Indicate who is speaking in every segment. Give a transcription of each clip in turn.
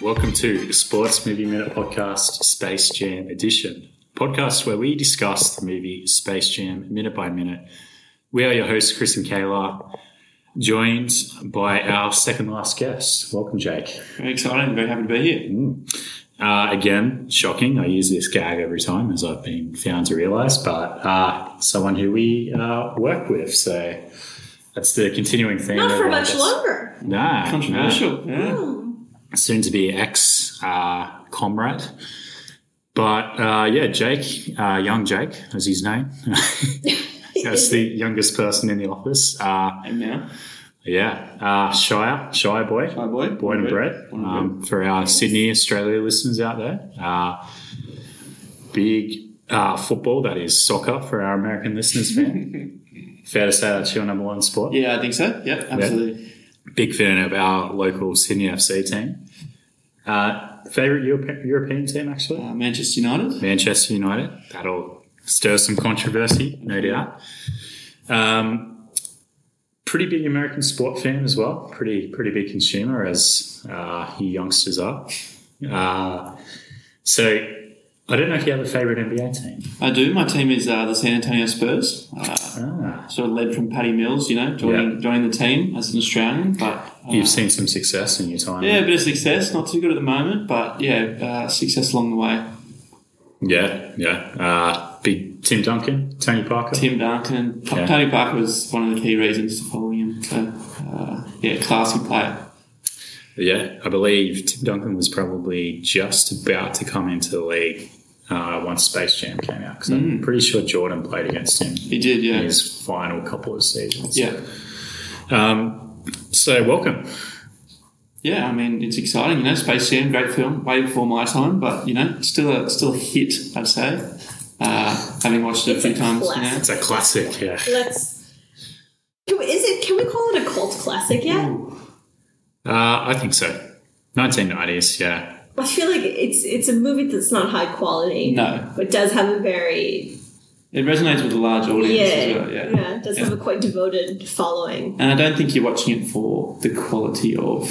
Speaker 1: Welcome to Sports Movie Minute Podcast Space Jam Edition, podcast where we discuss the movie Space Jam minute by minute. We are your hosts, Chris and Kayla, joined by our second last guest. Welcome, Jake.
Speaker 2: Very exciting. Very happy to be here.
Speaker 1: Uh, again, shocking. I use this gag every time, as I've been found to realize, but uh, someone who we uh, work with. So that's the continuing theme.
Speaker 3: Not
Speaker 1: of
Speaker 3: for
Speaker 1: our
Speaker 3: much
Speaker 1: guest-
Speaker 3: longer.
Speaker 1: Nah, nah.
Speaker 2: Controversial. Yeah.
Speaker 3: Hmm.
Speaker 1: soon to be ex uh, comrade. But uh, yeah, Jake, uh, young Jake, was his name. That's the youngest person in the office. Uh,
Speaker 2: And now,
Speaker 1: yeah, uh, Shire, Shire boy,
Speaker 2: hi boy.
Speaker 1: born and bred.
Speaker 2: Born and
Speaker 1: Um, for our Sydney, Australia listeners out there, uh, big uh, football, that is soccer for our American listeners. Fan. Fair to say that's your number one sport.
Speaker 2: Yeah, I think so. Yep, absolutely.
Speaker 1: Big fan of our local Sydney FC team. Uh, favorite Europe- European team, actually?
Speaker 2: Uh, Manchester United.
Speaker 1: Manchester United. That'll stir some controversy, no doubt. Um, pretty big American sport fan as well. Pretty pretty big consumer as uh, you youngsters are. Uh, so I don't know if you have a favorite NBA team.
Speaker 2: I do. My team is uh, the San Antonio Spurs. Uh,
Speaker 1: Ah,
Speaker 2: sort of led from Paddy Mills, you know, joining joining the team as an Australian. But uh,
Speaker 1: you've seen some success in your time.
Speaker 2: yeah, a bit of success. Not too good at the moment, but yeah, uh, success along the way.
Speaker 1: yeah, yeah. Uh, big Tim Duncan, Tony Parker.
Speaker 2: Tim Duncan, P-
Speaker 1: Yeah.
Speaker 2: Tony Parker was one of the key reasons for following him. So uh, yeah, classy player.
Speaker 1: Yeah, I believe Tim Duncan was probably just about to come into the league uh, once Space Jam came out because I'm pretty sure Jordan played against him
Speaker 2: He
Speaker 1: in
Speaker 2: did, Mm. yeah,
Speaker 1: his final couple of seasons.
Speaker 2: yeah.
Speaker 1: Um, so welcome.
Speaker 2: Yeah, I mean it's exciting, you know. Space Jam, great film, way before my time, but you know, still a still a hit, I'd say. Uh, having watched it a
Speaker 3: It's
Speaker 2: few
Speaker 3: a
Speaker 2: times now,
Speaker 3: classic.
Speaker 1: It's a classic. Yeah.
Speaker 3: Let's. Can we- Is it? Can we call it a cult classic yet?
Speaker 2: Hmm.
Speaker 1: Uh, I think so. 1990s. Yeah.
Speaker 3: I feel like it's it's a movie that's not high quality.
Speaker 2: No.
Speaker 3: but does have a very
Speaker 2: it resonates with a large audience
Speaker 3: yeah
Speaker 2: as well. Yeah.
Speaker 3: yeah does have a quite devoted following.
Speaker 2: and I don't think you're watching it for the quality of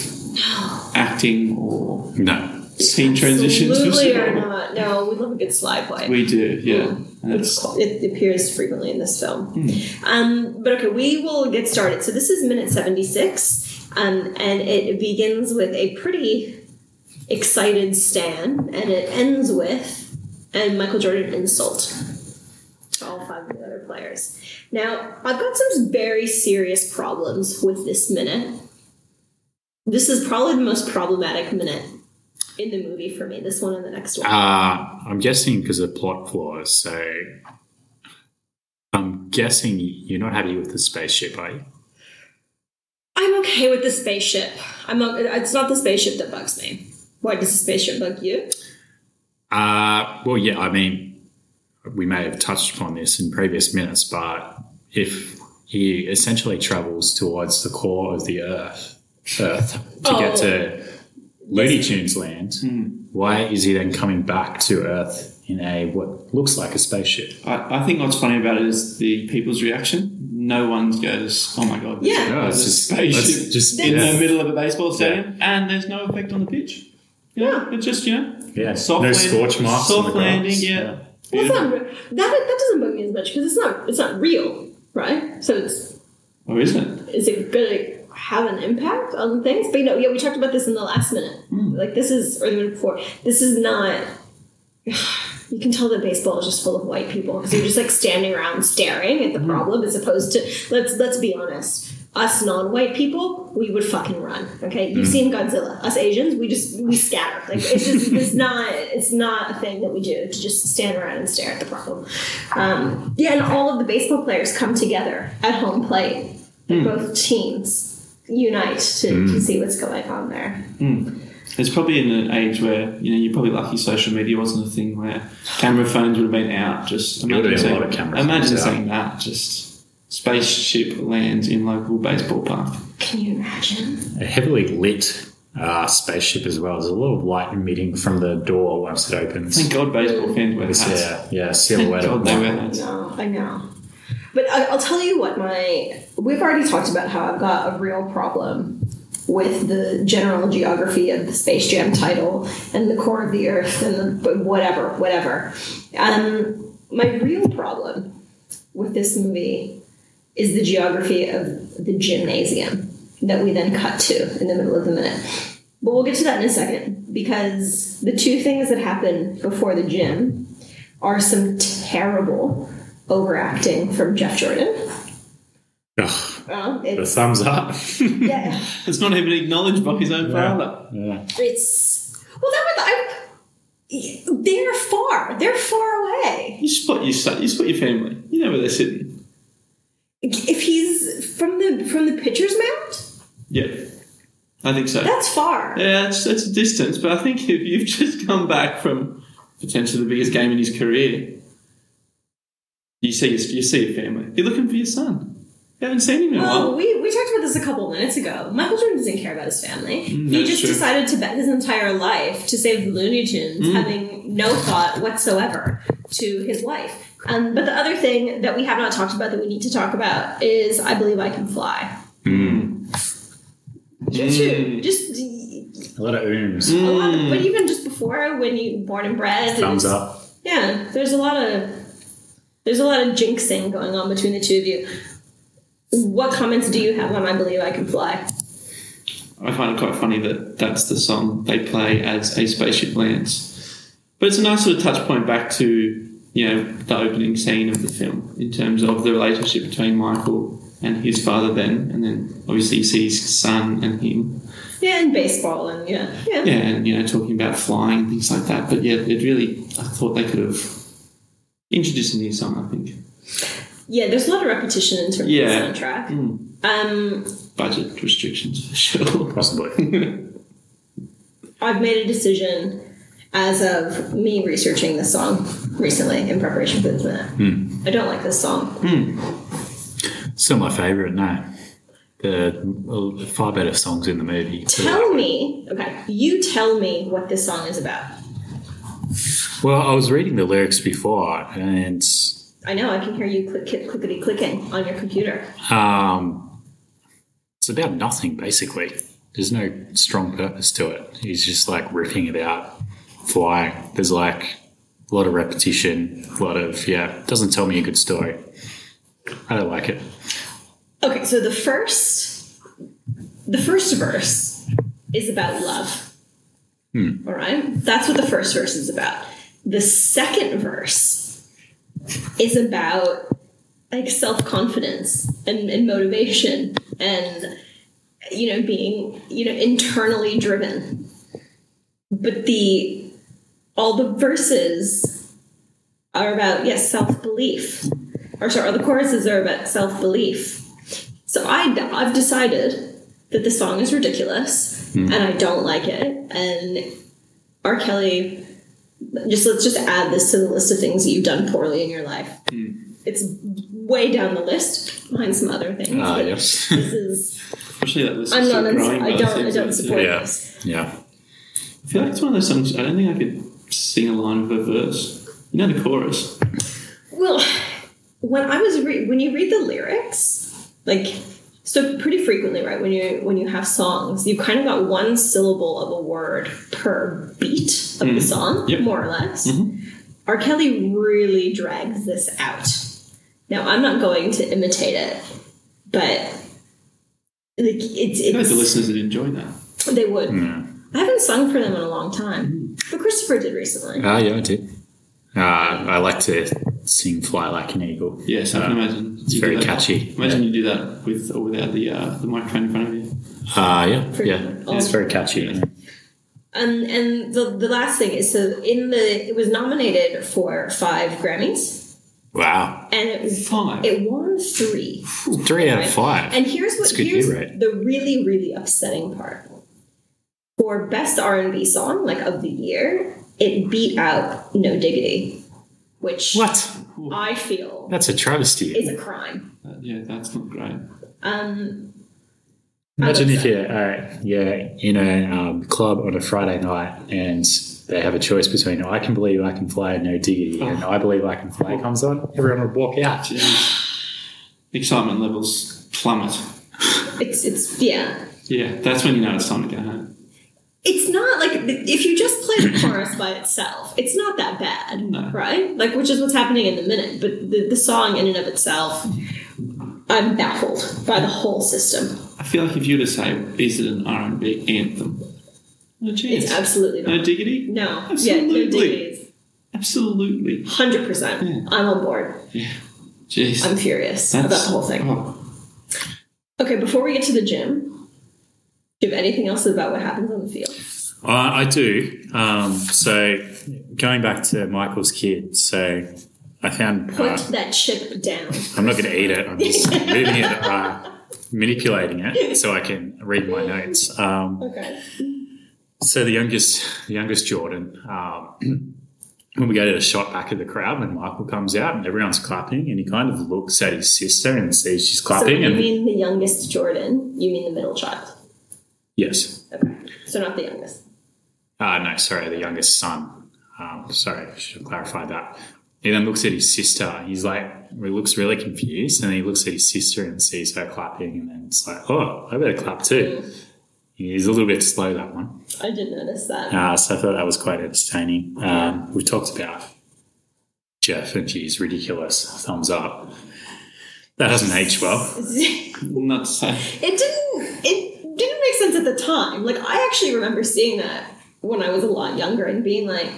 Speaker 2: acting or
Speaker 1: No.
Speaker 2: scene transitions.
Speaker 3: Absolutely or not? Mm. No, we love a good slide play.
Speaker 2: We do, yeah. And
Speaker 3: which
Speaker 2: it's-
Speaker 3: it appears frequently in this film. Um, but okay, we will get started. So this is minute 76, um, and it begins with a pretty excited Stan, and it ends with and Michael Jordan insult to all five of the other players. Now, I've got some very serious problems with this minute. This is probably the most problematic minute in the movie for me. This one and the next one.
Speaker 1: Uh, I'm guessing because of plot flaws. So I'm guessing you're not happy with the spaceship, are you?
Speaker 3: I'm okay with the spaceship. I'm. o- It's not the spaceship that bugs me. Why does the spaceship bug you?
Speaker 1: Uh, well, yeah, I mean, we may have touched upon this in previous minutes, but if he essentially travels towards the core of the Earth, Earth to get
Speaker 3: Oh.
Speaker 1: to Looney Tunes land,
Speaker 2: Hmm.
Speaker 1: why is he then coming back to Earth in a what looks like a spaceship?
Speaker 2: I, I think what's funny about it is the people's reaction. No one goes, "Oh my god!" there's
Speaker 3: Yeah.
Speaker 2: a-
Speaker 1: No,
Speaker 2: there's
Speaker 1: it's
Speaker 2: a
Speaker 1: just,
Speaker 2: spaceship.
Speaker 1: let's just
Speaker 2: in the
Speaker 1: yeah,
Speaker 2: middle of a baseball stadium, and there's no effect on the pitch. You know, it's just you know,
Speaker 1: yeah.
Speaker 2: soft
Speaker 1: no
Speaker 2: landing,
Speaker 1: scorch marks. on
Speaker 2: soft
Speaker 1: the ground.
Speaker 2: landing. Yeah,
Speaker 3: Well, it's
Speaker 2: Beautiful.
Speaker 3: not, re- that that doesn't bug me as much because it's not. It's not real, right? So it's
Speaker 2: oh, isn't it?
Speaker 3: is it gonna have an impact on things? But you know, yeah, we talked about this in the last minute. Like this is or the minute before. This is not. You can tell that baseball is just full of white people because you're just like standing around staring at the problem as opposed to let's let's be honest. Us non-white people, we would fucking run. Okay, you've seen Godzilla. Us Asians, we just we scatter. Like it's just it's not it's not a thing that we do to just stand around and stare at the problem. Um, yeah, and all of the baseball players come together at home plate both teams unite to, to see what's going on there.
Speaker 2: It's probably in an age where you know you're probably lucky social media wasn't a thing where camera phones would have been out. Just
Speaker 1: would have been
Speaker 2: imagine
Speaker 1: a
Speaker 2: saying,
Speaker 1: lot of camera
Speaker 2: imagine
Speaker 1: phones out.
Speaker 2: saying that. Just spaceship lands in local baseball park.
Speaker 3: Can you imagine?
Speaker 1: a heavily lit uh, spaceship as well. There's a lot of light emitting from the door once it opens.
Speaker 2: Thank God baseball fans wear hats.
Speaker 1: yeah, yeah,
Speaker 2: Thank
Speaker 1: silhouette.
Speaker 2: God
Speaker 1: of
Speaker 2: they
Speaker 1: one.
Speaker 2: wear hats.
Speaker 3: No, I know. But I, I'll tell you what my we've already talked about how I've got a real problem with the general geography of the Space Jam title and the core of the Earth and the whatever, whatever. Um, my real problem with this movie is the geography of the gymnasium that we then cut to in the middle of the minute. But we'll get to that in a second because the two things that happen before the gym are some terrible overacting from Jeff Jordan.
Speaker 1: Ugh,
Speaker 3: Well,
Speaker 1: the
Speaker 3: it's,
Speaker 1: thumbs up.
Speaker 3: yeah,
Speaker 2: It's not even acknowledged by his own
Speaker 1: Yeah.
Speaker 2: father.
Speaker 1: yeah.
Speaker 3: it's well, that was I. They're far. They're far away.
Speaker 2: You spot your son, you spot your family. You know where they're sitting.
Speaker 3: If he's from the from the pitcher's mound,
Speaker 2: Yeah, I think so.
Speaker 3: that's far.
Speaker 2: Yeah, it's, it's a distance, but I think if you've just come back from potentially the biggest game in his career, you see your, you see your family. You're looking for your son. You haven't seen him in a
Speaker 3: Well,
Speaker 2: while.
Speaker 3: we, we talked about this a couple minutes ago. Michael Jordan doesn't care about his family. he
Speaker 2: that's
Speaker 3: just
Speaker 2: true.
Speaker 3: decided to bet his entire life to save Looney Tunes,
Speaker 2: Mm.
Speaker 3: having no thought whatsoever to his wife. Um, but the other thing that we have not talked about that we need to talk about is I Believe I Can Fly.
Speaker 1: Hmm.
Speaker 3: Just,
Speaker 2: Mm.
Speaker 3: just
Speaker 1: A
Speaker 3: a
Speaker 1: lot of ooms.
Speaker 3: lot of,
Speaker 2: Mm.
Speaker 3: but even just before when you born and bred,
Speaker 1: Thumbs
Speaker 3: it's-
Speaker 1: up.
Speaker 3: yeah, there's a lot of there's a lot of jinxing going on between the two of you. What comments do you have on I Believe I Can Fly?
Speaker 2: I find it quite funny that that's the song they play as a spaceship lands. But it's a nice sort of touch point back to you know the opening scene of the film in terms of the relationship between Michael and his father then, and then obviously you see his son and him
Speaker 3: Yeah, and baseball and yeah, yeah.
Speaker 2: yeah, and you know, talking about flying and things like that. But yeah, it really, I thought they could have introduced a new song. I think
Speaker 3: Yeah, there's a lot of repetition in terms
Speaker 2: Yeah.
Speaker 3: of the soundtrack.
Speaker 2: Mm.
Speaker 3: Um,
Speaker 2: budget restrictions for sure.
Speaker 1: Possibly.
Speaker 3: I've made a decision as of me researching this song recently in preparation for this minute.
Speaker 2: Hmm.
Speaker 3: I don't like this song.
Speaker 1: Still my favourite, no. The well, the far better songs in the movie. too.
Speaker 3: Tell me, okay, you tell me what this song is about.
Speaker 1: Well, I was reading the lyrics before, and
Speaker 3: I know I can hear you click, click clickety clicking on your computer.
Speaker 1: um, it's about nothing basically. There's no strong purpose to it. He's just like ripping it out, flying. There's like a lot of repetition, a lot of yeah. Doesn't tell me a good story. I don't like it.
Speaker 3: Okay, so the first, the first verse is about love. All right, that's what the first verse is about. The second verse is about like self confidence and, and motivation and you know being you know internally driven. But the all the verses are about yes self belief, or sorry, all the choruses are about self belief. So I, I've decided that the song is ridiculous
Speaker 1: Hmm.
Speaker 3: and I don't like it. And R. Kelly, just let's just add this to the list of things that you've done poorly in your life.
Speaker 1: Hmm.
Speaker 3: It's way down the list behind some other things.
Speaker 1: Ah,
Speaker 3: but
Speaker 1: yes.
Speaker 3: This is
Speaker 2: Especially that list.
Speaker 3: I'm
Speaker 2: is
Speaker 3: not.
Speaker 2: still
Speaker 3: ins-
Speaker 2: growing by
Speaker 3: I
Speaker 2: the
Speaker 3: don't.
Speaker 2: same
Speaker 3: I don't
Speaker 2: sense.
Speaker 3: support
Speaker 1: Yeah.
Speaker 3: this.
Speaker 1: Yeah.
Speaker 2: I feel like it's one of those songs. I don't think I could sing a line of a verse. You know the chorus.
Speaker 3: Well, when I was re- when you read the lyrics, like so pretty frequently, right? When you when you have songs, you kind of got one syllable of a word per beat of the song,
Speaker 2: Mm-hmm. Yep. Mm-hmm.
Speaker 3: more or less. R. Kelly really drags this out. Now I'm not going to imitate it, but like it's
Speaker 2: I feel like
Speaker 3: it's
Speaker 2: the listeners would enjoy that.
Speaker 3: they would.
Speaker 1: Yeah.
Speaker 3: I haven't sung for them in a long time,
Speaker 2: Mm-hmm.
Speaker 3: but Christopher did recently.
Speaker 1: Ah, yeah, I did. Uh, I like to sing "Fly Like an Eagle."
Speaker 2: Yes, I can
Speaker 1: Uh,
Speaker 2: imagine.
Speaker 1: it's
Speaker 2: you do
Speaker 1: very
Speaker 2: that.
Speaker 1: catchy.
Speaker 2: Imagine you do that with or without the uh, the microphone in front of you.
Speaker 1: Ah, yeah,
Speaker 3: For-
Speaker 1: yeah. It's very catchy. yeah.
Speaker 3: Um, and the, the last thing is so in the it was nominated for five Grammys
Speaker 1: Wow.
Speaker 3: and it was
Speaker 2: Five.
Speaker 3: it won three.
Speaker 1: Three out of five.
Speaker 3: And here's what
Speaker 1: That's good
Speaker 3: here's
Speaker 1: year rate.
Speaker 3: the really really upsetting part. For best R and B song like of the year, it beat out No Diggity, which
Speaker 1: what?
Speaker 3: I feel
Speaker 1: That's a travesty.
Speaker 3: is a crime.
Speaker 2: Uh, yeah, that's not great.
Speaker 3: Um,
Speaker 1: Imagine if you're, uh, you're in a um, club on a Friday night and they have a choice between "Oh, I can believe I can fly and no diggity and I believe I can fly comes on, everyone would walk out.
Speaker 2: Jeez. Excitement levels plummet.
Speaker 3: it's it's yeah.
Speaker 2: Yeah, that's when you know it's time to go home.
Speaker 3: It's not like if you just play the chorus by itself, it's not that bad,
Speaker 2: No.
Speaker 3: right? Like, which is what's happening in the minute. But the, the song in and of itself, I'm baffled by the whole system.
Speaker 2: I feel like if you were to say, is it an R and B anthem? No chance.
Speaker 3: It's absolutely
Speaker 2: no
Speaker 3: not.
Speaker 2: diggity.
Speaker 3: No,
Speaker 2: Absolutely.
Speaker 3: yeah, no dignities.
Speaker 2: Absolutely.
Speaker 3: Hundred percent.
Speaker 2: Yeah.
Speaker 3: I'm on board.
Speaker 2: Jeez.
Speaker 3: I'm furious about
Speaker 2: That's-
Speaker 3: the whole thing.
Speaker 2: oh,
Speaker 3: Okay, before we get to the gym, do you have anything else about what happens on the field?
Speaker 1: I, I do. Um, so going back to Michael's kid, so I found.
Speaker 3: Put
Speaker 2: Uh-huh.
Speaker 1: uh,
Speaker 3: that chip down.
Speaker 1: I'm not going to eat it. I'm just moving it, uh, manipulating it so I can read my notes. Um,
Speaker 3: Okay.
Speaker 1: So the youngest, the youngest Jordan, um, when we go to the shot back of the crowd, when Michael comes out and everyone's clapping, and he kind of looks at his sister and sees she's
Speaker 3: So
Speaker 1: clapping,
Speaker 3: you
Speaker 1: and
Speaker 3: mean the youngest Jordan? You mean the middle child?
Speaker 1: yes,
Speaker 3: Okay. So not the youngest.
Speaker 1: uh, no, sorry, the youngest son. Um, sorry, I should have clarified that. He then looks at his sister. He's like, he looks really confused, and he looks at his sister and sees her clapping, and then it's like, oh, I better clap too. He's a little bit slow that one.
Speaker 3: I did notice that.
Speaker 1: Uh, so I thought that was quite entertaining. Um, we talked about Jeff and she's ridiculous. Thumbs up. That hasn't aged well.
Speaker 3: it
Speaker 2: not to say.
Speaker 3: didn't. It didn't make sense at the time. Like I actually remember seeing that when I was a lot younger and being like,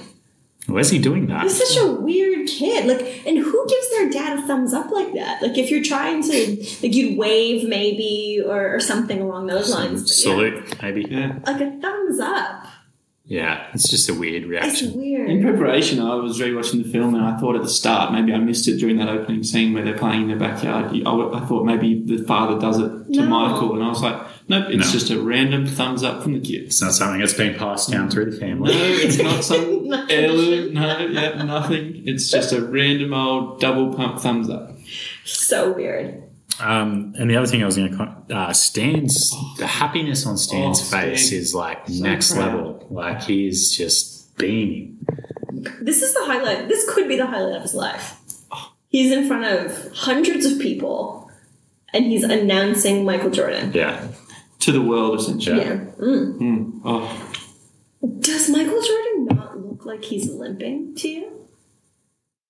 Speaker 1: Where's he doing that?
Speaker 3: He's such a weird kid. Like, and who gives their dad a thumbs up like that? Like, if you're trying to, like, you'd wave maybe or, or something along those lines. but yeah.
Speaker 1: Salute, maybe.
Speaker 2: Yeah.
Speaker 3: Like a thumbs up.
Speaker 1: Yeah, it's just a weird
Speaker 3: It's
Speaker 1: reaction.
Speaker 2: In
Speaker 3: weird.
Speaker 2: preparation, I was rewatching the film, and I thought at the start, maybe I missed it during that opening scene where they're playing in the backyard. You- I, w- I thought maybe the father does it to
Speaker 3: No.
Speaker 2: Michael, and I was like, nope, it's
Speaker 1: No.
Speaker 2: just a random thumbs up from the kids.
Speaker 1: It's not something that's been passed down through the
Speaker 2: No,
Speaker 1: family.
Speaker 2: it's not some
Speaker 3: Nothing.
Speaker 2: heirloom. No, yeah, nothing. It's just a random old double pump thumbs up.
Speaker 3: So weird.
Speaker 1: Um, and the other thing I was going to con- uh, Stan's the happiness on Stan's
Speaker 2: Oh,
Speaker 1: face
Speaker 2: Stan.
Speaker 1: is like
Speaker 2: So
Speaker 1: next
Speaker 2: proud.
Speaker 1: level. Like he's just beaming.
Speaker 3: This is the highlight. This could be the highlight of his life. He's in front of hundreds of people and he's announcing Michael Jordan.
Speaker 1: Yeah,
Speaker 2: to the world, essentially.
Speaker 3: Yeah. Mm.
Speaker 2: Mm. Oh,
Speaker 3: Does Michael Jordan not look like he's limping to you?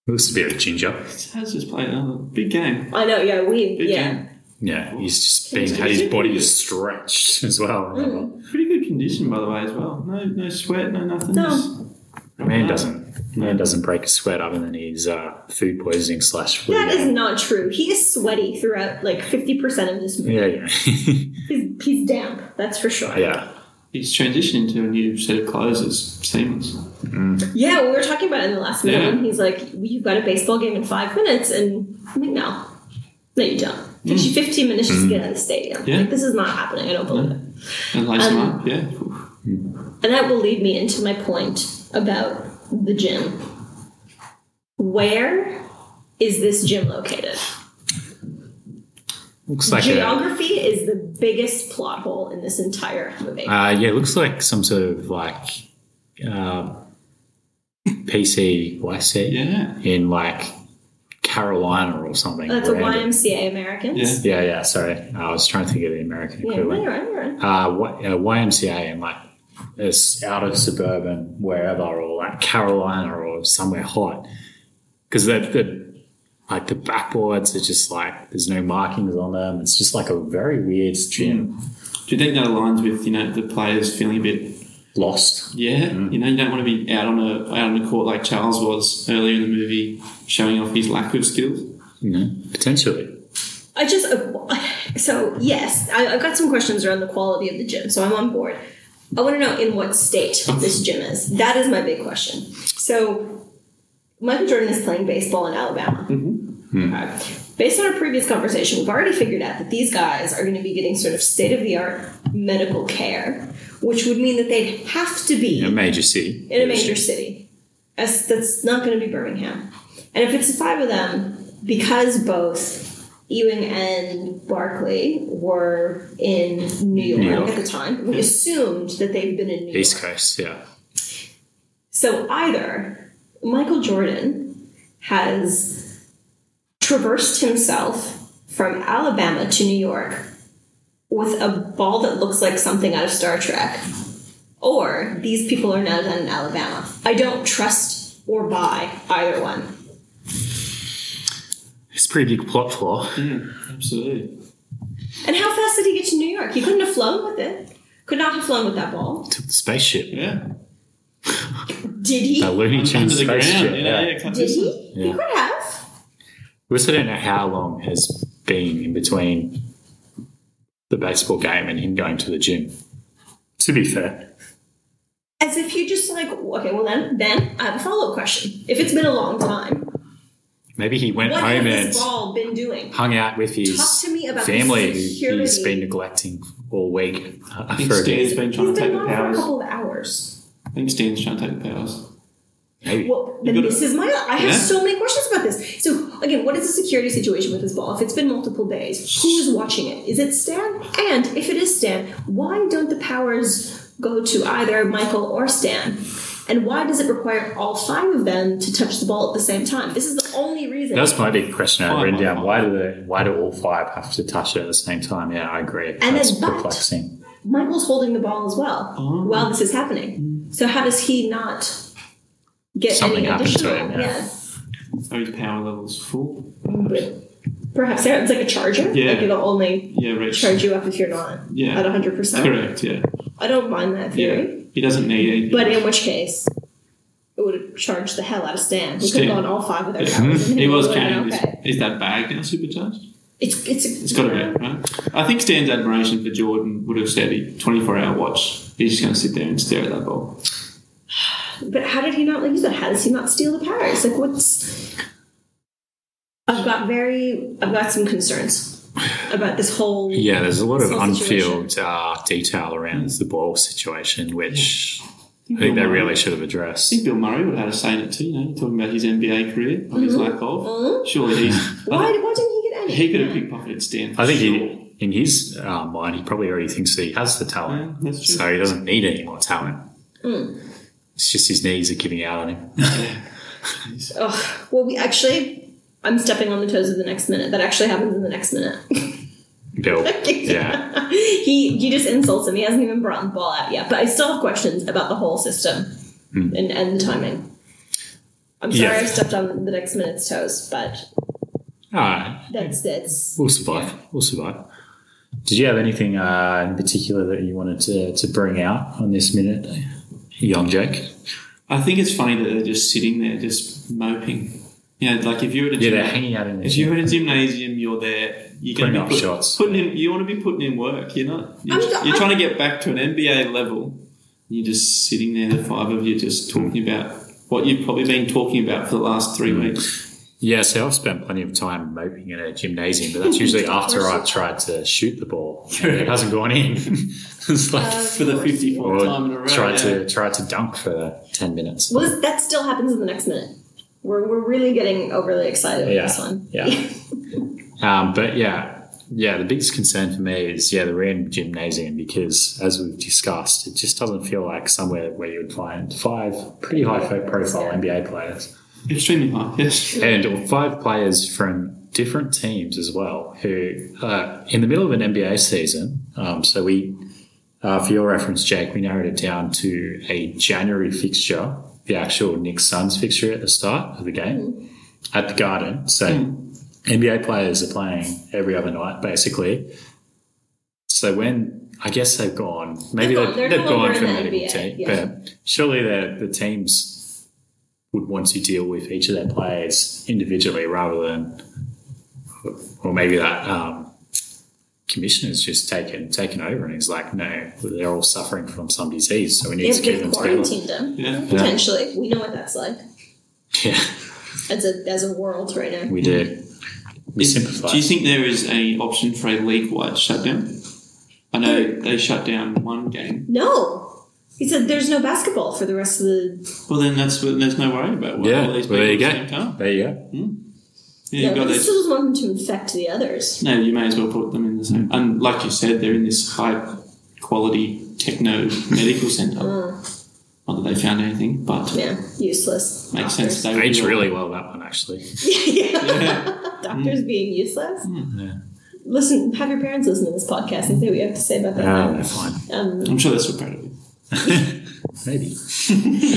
Speaker 1: looks a bit of ginger.
Speaker 2: how's this play? Oh, big game.
Speaker 3: I know. Yeah, we.
Speaker 2: Big
Speaker 3: yeah.
Speaker 2: game.
Speaker 1: Yeah, he's just
Speaker 3: Can
Speaker 1: been
Speaker 3: you
Speaker 1: had his
Speaker 2: see?
Speaker 1: body is stretched as well.
Speaker 3: Mm.
Speaker 2: Pretty good condition, by the way, as well. No, no sweat, no nothing.
Speaker 3: No.
Speaker 2: Just-
Speaker 1: The man doesn't man doesn't break a sweat other than his uh, food poisoning slash flu.
Speaker 3: That is not true. He is sweaty throughout like 50% of this movie.
Speaker 1: yeah, yeah,
Speaker 3: He's, he's damp, that's for sure.
Speaker 1: yeah.
Speaker 2: Uh, He's transitioning to a new set of clothes. It's seamless.
Speaker 3: Yeah, we were talking about it in the last minute
Speaker 2: Yeah.
Speaker 3: when he's like, You've got a baseball game in five minutes. And I'm like, No, no, you don't. It takes you 15 minutes just to get out of the stadium.
Speaker 2: Yeah.
Speaker 3: Like, this is not happening. I don't believe it.
Speaker 2: And lace him
Speaker 3: Um,
Speaker 2: up, yeah.
Speaker 3: And that will lead me into my point about the gym. Where is this gym located?
Speaker 1: Looks like a
Speaker 3: Geography is the biggest plot hole in this entire movie.
Speaker 1: uh, yeah, looks like some sort of like uh, PC YC
Speaker 2: Yeah.
Speaker 1: in like Carolina or something.
Speaker 3: That's a
Speaker 1: random.
Speaker 3: YMCA Americans.
Speaker 2: Yeah.
Speaker 1: Yeah, yeah. Sorry, I was trying to think of the American
Speaker 3: Yeah, you're right,
Speaker 1: equivalent.
Speaker 3: you're right, you're right.
Speaker 1: Uh, y- uh, YMCA and like this out of suburban wherever or like Carolina or somewhere hot because they're, they're like the backboards are just like there's no markings on them. It's just like a very weird gym.
Speaker 2: Do you think that aligns with you know the players feeling a bit?
Speaker 1: Lost.
Speaker 2: Yeah, you know you don't want to be out on a out on a court like Charles was earlier in the movie, showing off his lack of skills.
Speaker 1: You know, potentially.
Speaker 3: I just uh, so yes, I, I've got some questions around the quality of the gym, so I'm on board. I want to know in what state this gym is. That is my big question. So Michael Jordan is playing baseball in Alabama.
Speaker 1: Hmm.
Speaker 3: Okay. Based on our previous conversation, we've already figured out that these guys are going to be getting sort of state of the art medical care, which would mean that they'd have to be
Speaker 1: In a major city.
Speaker 3: in a major city. That's, that's not going to be Birmingham. And if it's five of them, because both Ewing and Barclay were in New York,
Speaker 1: New York.
Speaker 3: at the time, we assumed that they've been in New
Speaker 1: East
Speaker 3: York.
Speaker 1: Coast, yeah.
Speaker 3: So either Michael Jordan has traversed himself from Alabama to New York with a ball that looks like something out of Star Trek. Or these people are not done in Alabama. I don't trust or buy either one.
Speaker 1: It's a pretty big plot flaw.
Speaker 3: Mm.
Speaker 2: Absolutely.
Speaker 3: And how fast did he get to New York? He couldn't have flown with it. Could not have flown with that ball.
Speaker 1: Took the spaceship.
Speaker 2: Yeah.
Speaker 3: Did he?
Speaker 1: A Looney Tunes
Speaker 2: Under the ground.
Speaker 1: spaceship.
Speaker 2: you know,
Speaker 1: yeah.
Speaker 2: yeah, can't
Speaker 3: Did
Speaker 2: just-
Speaker 3: he? He
Speaker 1: Yeah.
Speaker 3: could have.
Speaker 1: We also don't know how long has been in between the baseball game and him going to the gym. To be fair,
Speaker 3: As if you just like okay, well then, then I have a follow up question. If it's been a long time,
Speaker 1: maybe he went
Speaker 3: what
Speaker 1: home
Speaker 3: has
Speaker 1: and
Speaker 3: this ball been doing?
Speaker 1: hung out with his
Speaker 3: Talk to me about the
Speaker 1: family who he's
Speaker 3: security.
Speaker 1: been neglecting all week uh,
Speaker 2: I think
Speaker 1: for a
Speaker 2: Stan's
Speaker 1: bit.
Speaker 2: been trying
Speaker 3: He's
Speaker 2: to take
Speaker 3: been
Speaker 2: the
Speaker 3: gone for a
Speaker 2: powers.
Speaker 3: couple of hours.
Speaker 2: I think Stan's trying to take the powers.
Speaker 1: Maybe.
Speaker 3: Well,
Speaker 2: You
Speaker 3: then
Speaker 2: gotta-
Speaker 3: this is my. I have
Speaker 2: Yeah.
Speaker 3: so many questions about this. So again, what is the security situation with this ball? If it's been multiple days, who is watching it? Is it Stan? And if it is Stan, why don't the powers go to either Michael or Stan? And why does it require all five of them to touch the ball at the same time? This is the only reason.
Speaker 1: That was my big question I
Speaker 2: Fine,
Speaker 1: written
Speaker 2: fine,
Speaker 1: down.
Speaker 2: fine.
Speaker 1: Why do they, why do all five have to touch it at the same time? Yeah, I agree.
Speaker 3: then
Speaker 1: That's
Speaker 3: but-
Speaker 1: perplexing.
Speaker 3: Michael's holding the ball as well
Speaker 2: Oh.
Speaker 3: while this is happening. So how does he not get
Speaker 1: Something
Speaker 3: any
Speaker 1: happened to
Speaker 3: additional?
Speaker 1: him, yeah.
Speaker 2: Oh, his power level's full.
Speaker 3: But perhaps it's like a charger.
Speaker 2: Yeah.
Speaker 3: Like it'll only
Speaker 2: Yeah, Rich.
Speaker 3: charge you up if you're not
Speaker 2: Yeah.
Speaker 3: at 100%.
Speaker 2: Correct, yeah.
Speaker 3: I don't mind that theory.
Speaker 2: Yeah. He doesn't need anything.
Speaker 3: But in which case, it would have charged the hell out of Stan. We could
Speaker 2: Stan.
Speaker 3: have gone all five of their
Speaker 2: Yeah.
Speaker 3: powers. and
Speaker 2: He was
Speaker 3: would have
Speaker 2: carrying
Speaker 3: been
Speaker 2: this.
Speaker 3: Okay.
Speaker 2: Is that bag now supercharged?
Speaker 3: It's, it's,
Speaker 2: It's got to be, right? I think Stan's admiration for Jordan would have said he 24 hour watch. He's just going to sit there and stare at that ball.
Speaker 3: But how did he not use that? How does he not steal the powers? Like, what's. I've got very. I've got some concerns about this whole.
Speaker 1: Yeah, there's a lot
Speaker 3: This
Speaker 1: of
Speaker 3: whole
Speaker 1: unfilled uh, detail around the ball situation, which I think they
Speaker 2: Bill Murray-
Speaker 1: really should have
Speaker 2: I
Speaker 1: addressed.
Speaker 2: think Bill Murray would have had a say in it too, you know, talking about his NBA career, or his lack of.
Speaker 3: Mhm.
Speaker 2: Surely he's.
Speaker 3: Why,
Speaker 2: I
Speaker 3: why didn't he get
Speaker 2: think
Speaker 3: any?
Speaker 2: He could have pickpocketed Stan. For
Speaker 1: I think
Speaker 2: sure.
Speaker 1: he, in his uh, mind, he probably already thinks that he has the
Speaker 2: Yeah,
Speaker 1: talent,
Speaker 2: that's true.
Speaker 1: so he doesn't need any more talent. Hmm.
Speaker 3: Mm.
Speaker 1: It's just his knees are giving out on him.
Speaker 3: Oh, well, we actually, I'm stepping on the toes of the next minute. That actually happens in the next minute.
Speaker 1: Bill, yeah,
Speaker 3: he he just insults him. He hasn't even brought the ball out yet. But I still have questions about the whole system
Speaker 1: Hmm.
Speaker 3: and, and the timing. I'm sorry
Speaker 1: Yeah.
Speaker 3: I stepped on the next minute's toes, but
Speaker 1: all right,
Speaker 3: that's it's
Speaker 1: we'll survive. We'll survive. Did you have anything uh, in particular that you wanted to, to bring out on this minute, young Jake?
Speaker 2: I think it's funny that they're just sitting there, just moping. You know, like if you were at a
Speaker 1: Yeah,
Speaker 2: gym,
Speaker 1: they're hanging out in the
Speaker 2: if
Speaker 1: gym.
Speaker 2: you're in a gymnasium, you're there. You're
Speaker 1: Putting
Speaker 2: going to
Speaker 1: up
Speaker 2: be put-
Speaker 1: shots.
Speaker 2: Putting in, you want to be putting in work. You're not. You're,
Speaker 3: I'm not-
Speaker 2: you're
Speaker 3: I-
Speaker 2: trying to get back to an NBA level. You're just sitting there, the five of you, just talking about what you've probably been talking about for the last three
Speaker 1: Mm.
Speaker 2: weeks.
Speaker 1: Yeah, so I've spent plenty of time moping in a gymnasium, but that's usually after I've tried to shoot the ball. And it hasn't gone in. it's
Speaker 3: Uh,
Speaker 1: like,
Speaker 2: For the 54th time in a
Speaker 1: or
Speaker 2: row.
Speaker 1: try
Speaker 2: yeah.
Speaker 1: to try to dunk for ten minutes.
Speaker 3: well this- that still happens in the next minute. We're we're really getting overly excited with
Speaker 1: Yeah,
Speaker 3: this one.
Speaker 1: yeah. Um, but yeah, yeah, the biggest concern for me is yeah the random gymnasium because as we've discussed, it just doesn't feel like somewhere where you would find five pretty high profile NBA players
Speaker 2: Extremely high, yes.
Speaker 1: and five players from different teams as well who uh, in the middle of an NBA season. Um, so we, uh, for your reference, Jake, we narrowed it down to a January fixture, the actual Knicks Suns fixture at the start of the game
Speaker 3: Mm-hmm.
Speaker 1: at the Garden. So
Speaker 3: Mm.
Speaker 1: NBA players are playing every other night basically. So when I guess they've gone, maybe
Speaker 3: They're
Speaker 1: they've,
Speaker 3: gone-
Speaker 1: they've,
Speaker 3: they're no
Speaker 1: gone
Speaker 3: longer
Speaker 1: from
Speaker 3: in the
Speaker 1: the
Speaker 3: NBA,
Speaker 1: team,
Speaker 3: yeah.
Speaker 1: but surely the the teams would want to deal with each of their players individually rather than, or maybe that um, commissioner's just taken taken over and he's like, no, they're all suffering from some disease, so we need
Speaker 3: If
Speaker 1: to keep
Speaker 3: they've
Speaker 1: them together.
Speaker 3: quarantined them
Speaker 2: Yeah. Yeah.
Speaker 3: potentially. We know what that's like
Speaker 1: Yeah,
Speaker 3: as a as a world right now.
Speaker 1: we do. We
Speaker 2: Is-
Speaker 1: sympathise.
Speaker 2: Do you think there is an option for a league-wide shutdown? I know they shut down one game.
Speaker 3: No, he said there's no basketball for the rest of the
Speaker 2: Well, then that's there's no worry about what
Speaker 1: yeah,
Speaker 2: all
Speaker 1: well,
Speaker 2: these people
Speaker 1: there you
Speaker 2: at the
Speaker 1: go.
Speaker 2: same time.
Speaker 1: There you go.
Speaker 2: Yeah,
Speaker 3: no,
Speaker 2: you've got
Speaker 3: but
Speaker 2: those-
Speaker 3: this still doesn't want them to infect the others.
Speaker 2: No, you may as well put them in the same. And like you said, they're in this high quality techno medical centre.
Speaker 3: Uh,
Speaker 2: Not that they found anything, but
Speaker 3: yeah, useless.
Speaker 2: makes
Speaker 3: Doctors.
Speaker 2: sense. They would
Speaker 1: Aged
Speaker 2: be all-
Speaker 1: really well that one actually.
Speaker 2: Hmm,
Speaker 3: yeah. Doctors being useless.
Speaker 1: Yeah.
Speaker 3: listen, have your parents listen to this podcast and see what you have to say about
Speaker 1: Ah,
Speaker 3: that.
Speaker 1: they're fine.
Speaker 3: Um,
Speaker 2: I'm sure that's what Brad would.
Speaker 1: Maybe.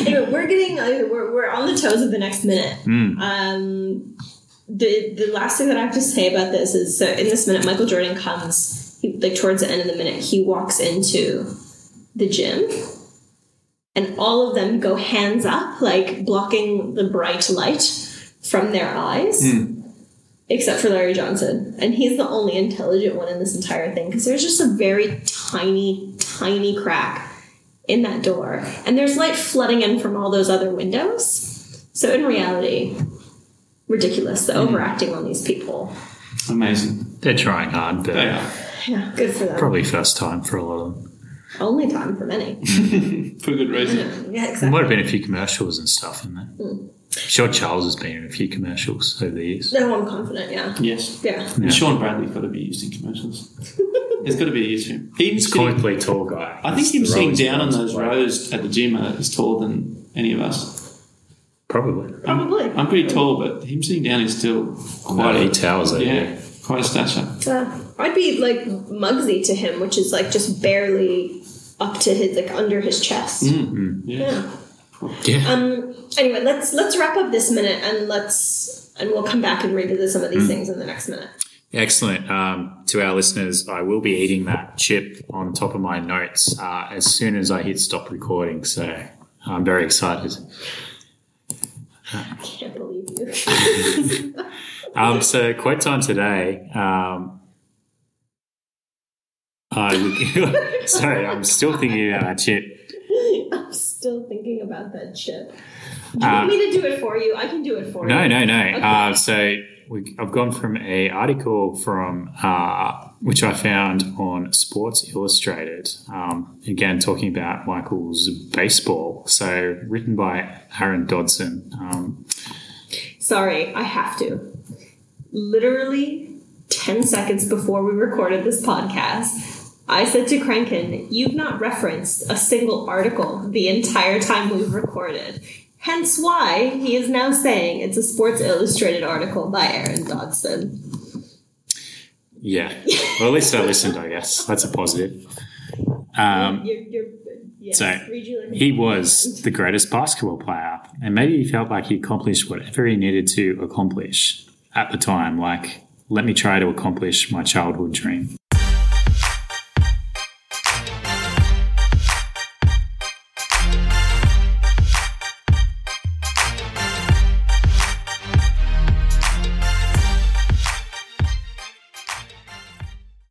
Speaker 3: anyway, we're getting uh, we're, we're on the toes of the next minute.
Speaker 2: Hmm.
Speaker 1: Mm.
Speaker 3: Um, the the last thing that I have to say about this is so in this minute, Michael Jordan comes he, like towards the end of the minute. He walks into the gym, and all of them go hands up, like blocking the bright light from their eyes. Except for Larry Johnson, and he's the only intelligent one in this entire thing because there's just a very tiny, tiny crack in that door. And there's light flooding in from all those other windows. So in reality, ridiculous the
Speaker 1: Mm.
Speaker 3: overacting on these people.
Speaker 2: Amazing.
Speaker 1: They're trying hard, but
Speaker 2: They are.
Speaker 3: Yeah, good for them.
Speaker 1: probably first time for a lot of them.
Speaker 3: Only time for many.
Speaker 2: For good reason.
Speaker 3: yeah,
Speaker 1: There
Speaker 3: exactly.
Speaker 1: Mm. might have been a few commercials and stuff in there. Sure, Charles has been in a few commercials over the years.
Speaker 3: No, I'm confident. Yeah,
Speaker 2: Yes.
Speaker 3: yeah.
Speaker 1: Yeah.
Speaker 2: And Sean Bradley's got to be used in commercials. it's got to be used for him.
Speaker 1: He's
Speaker 2: He's sitting,
Speaker 1: comically tall guy.
Speaker 2: I
Speaker 1: He's
Speaker 2: think him
Speaker 1: the
Speaker 2: sitting
Speaker 1: Rolling
Speaker 2: down on
Speaker 1: Stones
Speaker 2: those
Speaker 1: player.
Speaker 2: rows at the gym uh, is taller than any of us.
Speaker 1: Probably.
Speaker 3: Probably.
Speaker 2: I'm pretty tall, but him sitting down is still quite
Speaker 1: No,
Speaker 2: a
Speaker 1: he towers over
Speaker 2: Yeah, quite a stature.
Speaker 3: Uh, I'd be like Mugsy to him, which is like just barely up to his like under his chest.
Speaker 1: Mm.
Speaker 2: Yeah.
Speaker 3: Yeah.
Speaker 1: Yeah.
Speaker 3: Um. Anyway, let's let's wrap up this minute and let's and we'll come back and revisit some of
Speaker 1: Mm.
Speaker 3: these things in the next minute.
Speaker 1: Excellent. Um, to our listeners, I will be eating that chip on top of my notes uh, as soon as I hit stop recording. So I'm very excited.
Speaker 3: I can't believe you.
Speaker 1: Um, so quote time today. Um, I would, sorry, I'm still thinking about that chip.
Speaker 3: I'm still thinking about that chip. Do you want
Speaker 1: Uh,
Speaker 3: me to do it for you? I can do it for
Speaker 1: No,
Speaker 3: you.
Speaker 1: no, no. Uh, so we, I've gone from a article from uh, which I found on Sports Illustrated. Um, again, talking about Michael's baseball. So written by Aaron Dodson. Um,
Speaker 3: Sorry, I have to. Literally 10 seconds before we recorded this podcast, I said to Krenkin, You've not referenced a single article the entire time we've recorded. Hence why he is now saying it's a Sports Illustrated article by Aaron Dodson.
Speaker 1: yeah. Well, at least I listened. I guess that's a positive. Um,
Speaker 3: you're, you're, yes,
Speaker 1: so,
Speaker 3: read you like
Speaker 1: He was the greatest basketball player, and maybe he felt like he accomplished whatever he needed to accomplish at the time. Like, let me try to accomplish my childhood dream.